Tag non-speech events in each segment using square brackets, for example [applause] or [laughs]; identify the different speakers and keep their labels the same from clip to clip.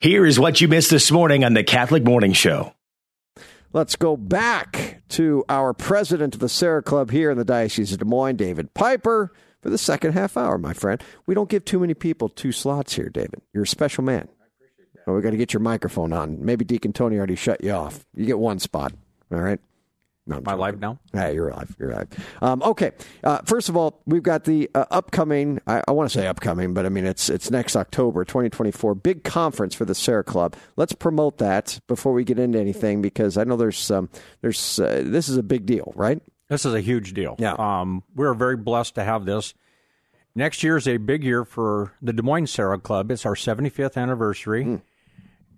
Speaker 1: Here is what you missed this morning on the Catholic Morning Show.
Speaker 2: Let's go back to our president of the Sarah Club here in the Diocese of Des Moines, David Piper, for the second half hour, my friend. We don't give too many people two slots here, David. You're a special man. Well, we got to get your microphone on. Maybe Deacon Tony already shut you off. You get one spot. All right. No, I'm
Speaker 3: My
Speaker 2: joking.
Speaker 3: live now?
Speaker 2: Yeah, you're alive. You're alive. Um, okay. Uh, first of all, we've got the uh, upcoming. I, I want to say upcoming, but I mean it's it's next October, 2024, big conference for the Sarah Club. Let's promote that before we get into anything because I know there's um, there's uh, this is a big deal, right?
Speaker 3: This is a huge deal.
Speaker 2: Yeah.
Speaker 3: Um, we are very blessed to have this. Next year is a big year for the Des Moines Sarah Club. It's our 75th anniversary.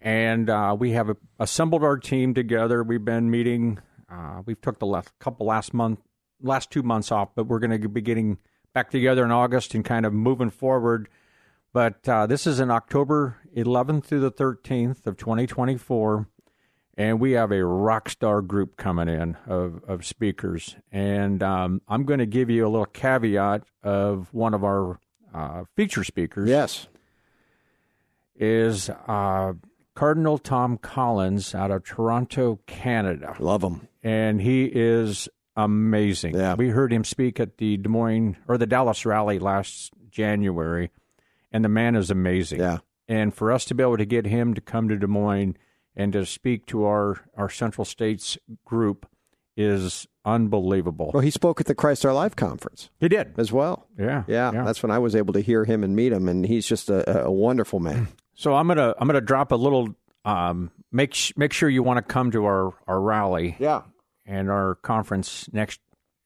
Speaker 3: And uh, we have assembled our team together. We've been meeting. Uh, we've took the last couple last month, last two months off, but we're going to be getting back together in August and kind of moving forward. But uh, this is in October 11th through the 13th of 2024 and we have a rock star group coming in of, of speakers. And um, I'm going to give you a little caveat of one of our uh, feature speakers
Speaker 2: Yes.
Speaker 3: is uh, Cardinal Tom Collins out of Toronto, Canada,
Speaker 2: Love them.
Speaker 3: and he is amazing.
Speaker 2: Yeah.
Speaker 3: We heard him speak at the Des Moines or the Dallas rally last January, and the man is amazing
Speaker 2: Yeah.
Speaker 3: and for us to be able to get him to come to Des Moines and to speak to our our Central States group is unbelievable.
Speaker 2: Well, he spoke at the Christ Our Life conference
Speaker 3: He did,
Speaker 2: as well.
Speaker 3: yeah,
Speaker 2: Yeah, that's when I was able to hear him and meet him, and he's just a, a wonderful man.
Speaker 3: So I'm gonna I'm gonna drop a little. Um, make sh- make sure you want to come to our our rally
Speaker 2: [clears throat] Yeah.
Speaker 3: and our conference next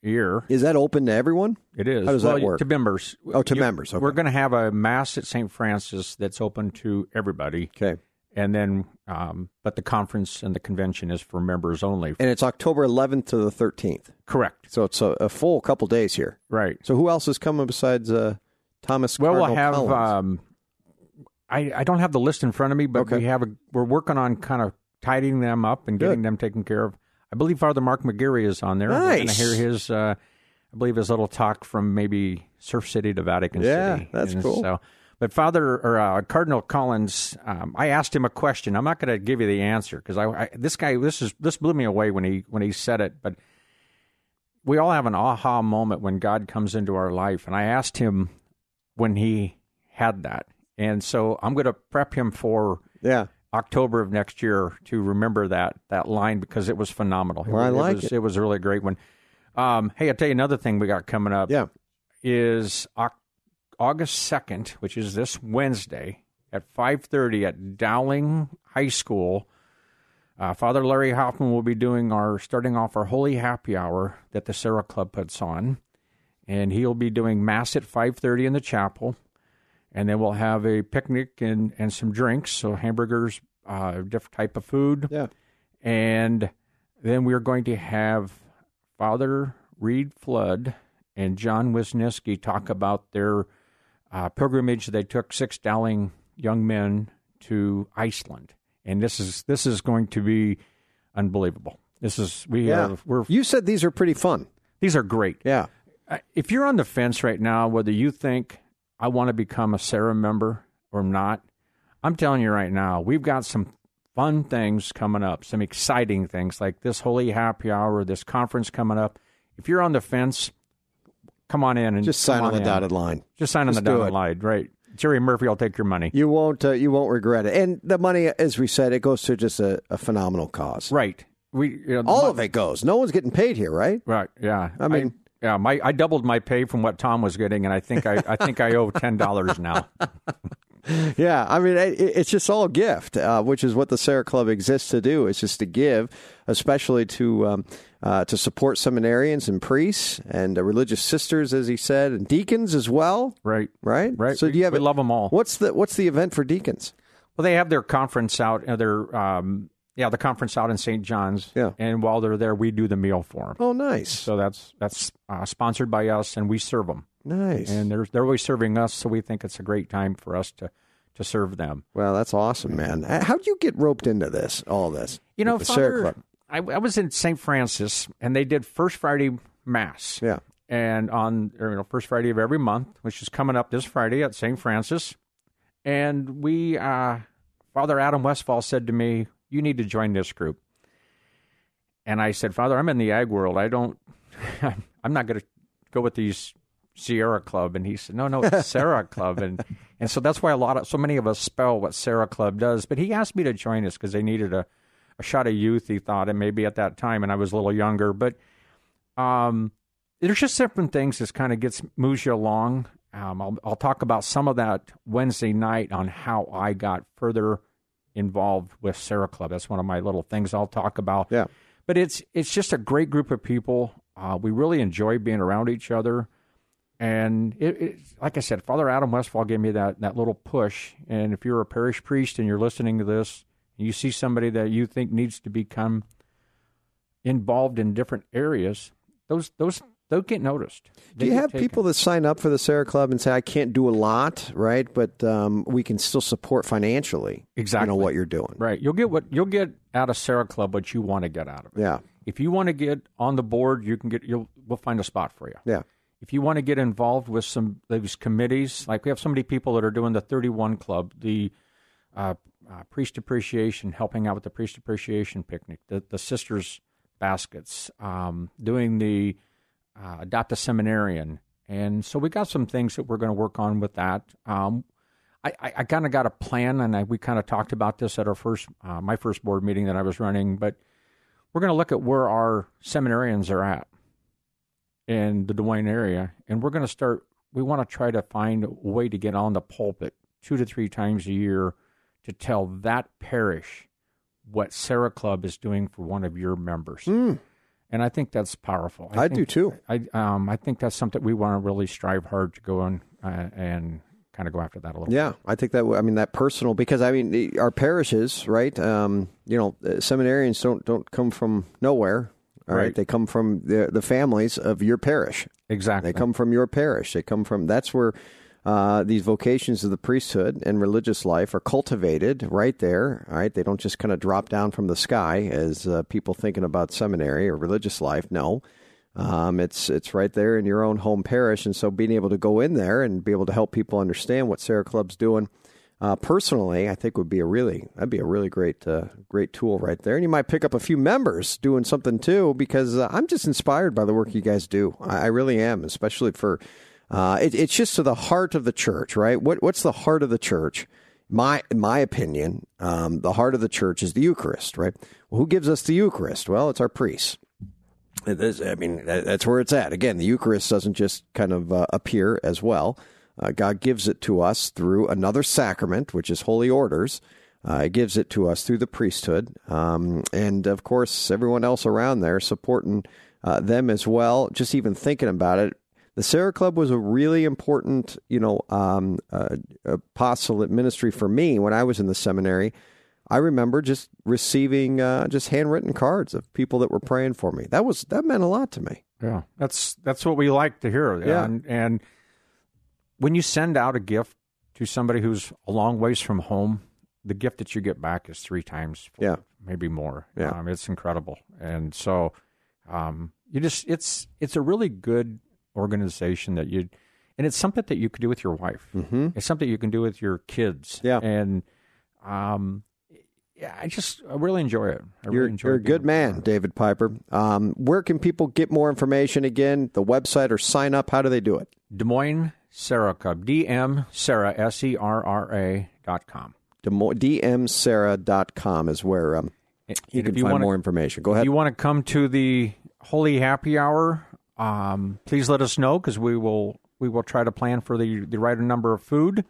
Speaker 3: year.
Speaker 2: Is that open to everyone?
Speaker 3: It is.
Speaker 2: How does
Speaker 3: well,
Speaker 2: that work?
Speaker 3: To members.
Speaker 2: Oh, to members, okay.
Speaker 3: We're going to have a mass at St. Francis that's open to everybody,
Speaker 2: Okay.
Speaker 3: and then, um, but the conference and the convention is for members only.
Speaker 2: And it's October 11th to the 13th.
Speaker 3: Correct.
Speaker 2: So it's a, a full couple days here.
Speaker 3: Right.
Speaker 2: So who else is coming besides uh, Thomas?
Speaker 3: Well,
Speaker 2: Cardinal
Speaker 3: we'll have.
Speaker 2: Collins?
Speaker 3: Um, I I don't have the list in front of me, but
Speaker 2: Okay.
Speaker 3: we have. A, we're working on kind of tidying them up and getting them taken care of. I believe Father Mark McGarry is on there. We're going to
Speaker 2: Nice.
Speaker 3: hear his. Uh, I believe his little talk from maybe Surf City to Vatican
Speaker 2: Yeah,
Speaker 3: City.
Speaker 2: that's
Speaker 3: And
Speaker 2: cool.
Speaker 3: So, but Father or uh, Cardinal Collins, um, I asked him a question. I'm not going to give you the answer because I, I this guy this is this blew me away when he when he said it, but we all have an aha moment when God comes into our life. And I asked him when he had that. And so I'm going to prep him for
Speaker 2: yeah,
Speaker 3: October of next year to remember that that line because it was phenomenal.
Speaker 2: Well, I like
Speaker 3: was,
Speaker 2: it.
Speaker 3: it. was a really great one. Um, hey, I'll tell you another thing we got coming up
Speaker 2: yeah.
Speaker 3: is Oc- August 2nd, which is this Wednesday at 5:30 at Dowling High School. Uh, Father Larry Hoffman will be doing our starting off our Holy Happy Hour that the Sarah Club puts on, and he'll be doing mass at 5:30 in the chapel, and then we'll have a picnic and and some drinks, so hamburgers, uh, different type of food,
Speaker 2: Yeah.
Speaker 3: and then we're going to have Father Reed Flood and John Wisniewski talk about their uh, pilgrimage they took six Dowling young men to Iceland, and this is this is going to be unbelievable. This is we
Speaker 2: Yeah.
Speaker 3: are we're
Speaker 2: You said these are pretty fun.
Speaker 3: these are great.
Speaker 2: Yeah.
Speaker 3: Uh, If you're on the fence right now, whether you think I want to become a Sarah member or not, I'm telling you right now, we've got some fun things coming up, some exciting things like this Holy Happy Hour, this conference coming up. If you're on the fence, come on in and
Speaker 2: Just sign
Speaker 3: come
Speaker 2: on the
Speaker 3: in.
Speaker 2: dotted line.
Speaker 3: Just sign on
Speaker 2: Just
Speaker 3: the
Speaker 2: do
Speaker 3: dotted
Speaker 2: it.
Speaker 3: line, right? Jerry Murphy, I'll take your money.
Speaker 2: You won't. Uh, you won't regret it. And the money, as we said, it goes to just a, a phenomenal cause.
Speaker 3: Right. We you know, the
Speaker 2: All
Speaker 3: mon-
Speaker 2: of it goes. No one's getting paid here, right?
Speaker 3: Right. Yeah.
Speaker 2: I mean-
Speaker 3: yeah, my I doubled my pay from what Tom was getting, and I think I, I think I owe ten dollars now.
Speaker 2: Yeah, I mean, it, it's just all gift, uh, which is what the Sarah Club exists to do. It's just to give, especially to um, uh, to support seminarians and priests and uh, religious sisters, as he said, and deacons as well.
Speaker 3: Right.
Speaker 2: Right.
Speaker 3: Right.
Speaker 2: So
Speaker 3: We-
Speaker 2: do you have?
Speaker 3: we love 'em all.
Speaker 2: What's the What's the event for deacons?
Speaker 3: Well, they have their conference out. Uh, their um, yeah, the conference out in St. John's.
Speaker 2: Yeah.
Speaker 3: And while they're there, we do the meal for them.
Speaker 2: Oh, nice,
Speaker 3: So that's that's uh, sponsored by us, and we serve them.
Speaker 2: nice.
Speaker 3: And they're they're always serving us, so we think it's a great time for us to to serve them.
Speaker 2: well, that's awesome, man. Uh, How do you get roped into this? All this,
Speaker 3: You know,
Speaker 2: with the Sarah
Speaker 3: Father,
Speaker 2: Club.
Speaker 3: I, I was in St. Francis, and they did First Friday Mass.
Speaker 2: Yeah,
Speaker 3: and on or, you know, first Friday of every month, which is coming up this Friday at St. Francis. And we uh, Father Adam Westfall said to me, You need to join this group. And I said, Father, I'm in the ag world. I don't, [laughs] I'm not going to go with these Sierra Club. And he said, No, no, it's Sarah Club. And, and so that's why a lot of, so many of us spell what Sarah Club does. But he asked me to join us because they needed a, a shot of youth, he thought, and maybe at that time. And I was a little younger. But um, there's just different things that kind of gets moves you along. Um, I'll, I'll talk about some of that Wednesday night on how I got further involved with Sarah Club. That's one of my little things I'll talk about.
Speaker 2: Yeah.
Speaker 3: But it's it's just a great group of people. Uh, we really enjoy being around each other. And it, it, like I said, Father Adam Westfall gave me that, that little push. And if you're a parish priest and you're listening to this, and you see somebody that you think needs to become involved in different areas, those those those get noticed.
Speaker 2: Do
Speaker 3: They
Speaker 2: you
Speaker 3: get
Speaker 2: have
Speaker 3: taken.
Speaker 2: people that sign up for the Sarah Club and say, I can't do a lot, right? But um, we can still support financially you
Speaker 3: Exactly.
Speaker 2: know, what you're doing.
Speaker 3: Right. You'll get what you'll get out of Sarah Club what you want to get out of it.
Speaker 2: Yeah.
Speaker 3: If you want to get on the board, you can get you'll we'll find a spot for you.
Speaker 2: Yeah.
Speaker 3: If you want to get involved with some of these committees, like we have so many people that are doing the 31 Club, the uh, uh, priest appreciation, helping out with the priest appreciation picnic, the, the sisters baskets, um, doing the uh, adopt a seminarian, and so we got some things that we're going to work on with that. Um, I, I, I kind of got a plan, and I, we kind of talked about this at our first uh, my first board meeting that I was running, but we're going to look at where our seminarians are at in the Duane area, and we're going to start. We want to try to find a way to get on the pulpit two to three times a year to tell that parish what Sarah Club is doing for one of your members, and I think that's powerful.
Speaker 2: I,
Speaker 3: think-
Speaker 2: do too.
Speaker 3: I um I think that's something we want to really strive hard to go on uh, and kind of go after that a little.
Speaker 2: Yeah. I think that, w- I mean, that personal, because I mean, the- our parishes, right? Um, you know, uh, seminarians don't, don't come from nowhere. All right.
Speaker 3: Right.
Speaker 2: They come from the, the families of your parish.
Speaker 3: exactly.
Speaker 2: They come from your parish. They come from that's where uh, these vocations of the priesthood and religious life are cultivated right there. All right, they don't just kind of drop down from the sky as uh, people thinking about seminary or religious life. No, um, it's it's right there in your own home parish, and so being able to go in there and be able to help people understand what Sarah Club's doing. Uh, personally, I think would be a really that'd be a really great uh, great tool right there, and you might pick up a few members doing something too because uh, I'm just inspired by the work you guys do. I, I really am, especially for uh, it, it's just to the heart of the church, right? What what's the heart of the church? My in my opinion, um, the heart of the church is the Eucharist, right? Well, who gives us the Eucharist? Well, it's our priests. It is- I mean, that- that's where it's at. Again, the Eucharist doesn't just kind of uh, appear as well. Uh, God gives it to us through another sacrament, which is holy orders. Uh, it gives it to us through the priesthood. Um, and of course, everyone else around there supporting uh, them as well, just even thinking about it. The Sarah Club was a really important, you know, um, uh, apostolate ministry for me when I was in the seminary. I remember just receiving uh, just handwritten cards of people that were praying for me. That was that meant a lot to me.
Speaker 3: Yeah, that's that's what we like to hear.
Speaker 2: Yeah.
Speaker 3: and, and when you send out a gift to somebody who's a long ways from home, the gift that you get back is three times,
Speaker 2: Yeah.
Speaker 3: maybe more.
Speaker 2: Yeah.
Speaker 3: um, it's incredible. And so, um, you just it's it's a really good organization that you, and it's something that you could do with your wife. Mm-hmm. It's something you can do with your kids.
Speaker 2: Yeah.
Speaker 3: and um, yeah, I just I really enjoy it. I
Speaker 2: You're,
Speaker 3: really enjoy.
Speaker 2: you're a
Speaker 3: being
Speaker 2: good man, David Piper. Um, where can people get more information again? The website or sign up? How do they do it?
Speaker 3: Des Moines Sarah Club. DM Sarah S E R R A dot com.
Speaker 2: Des Moines- DMSarah.com is where um, you
Speaker 3: And
Speaker 2: can
Speaker 3: if you
Speaker 2: find
Speaker 3: wanna-
Speaker 2: more information. Go
Speaker 3: If
Speaker 2: ahead.
Speaker 3: you want to come to the Holy Happy Hour, um, please let us know because we will we will try to plan for the the right number of food.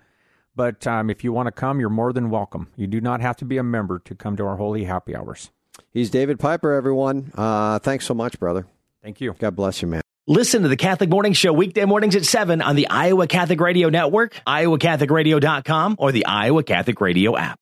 Speaker 3: But um, if you want to come, you're more than welcome. You do not have to be a member to come to our Holy Happy Hours.
Speaker 2: He's David Piper, everyone. Uh, thanks so much, brother.
Speaker 3: Thank you.
Speaker 2: God bless you, man.
Speaker 1: Listen to the Catholic Morning Show weekday mornings at 7 on the Iowa Catholic Radio Network, iowacatholicradio.com, or the Iowa Catholic Radio app.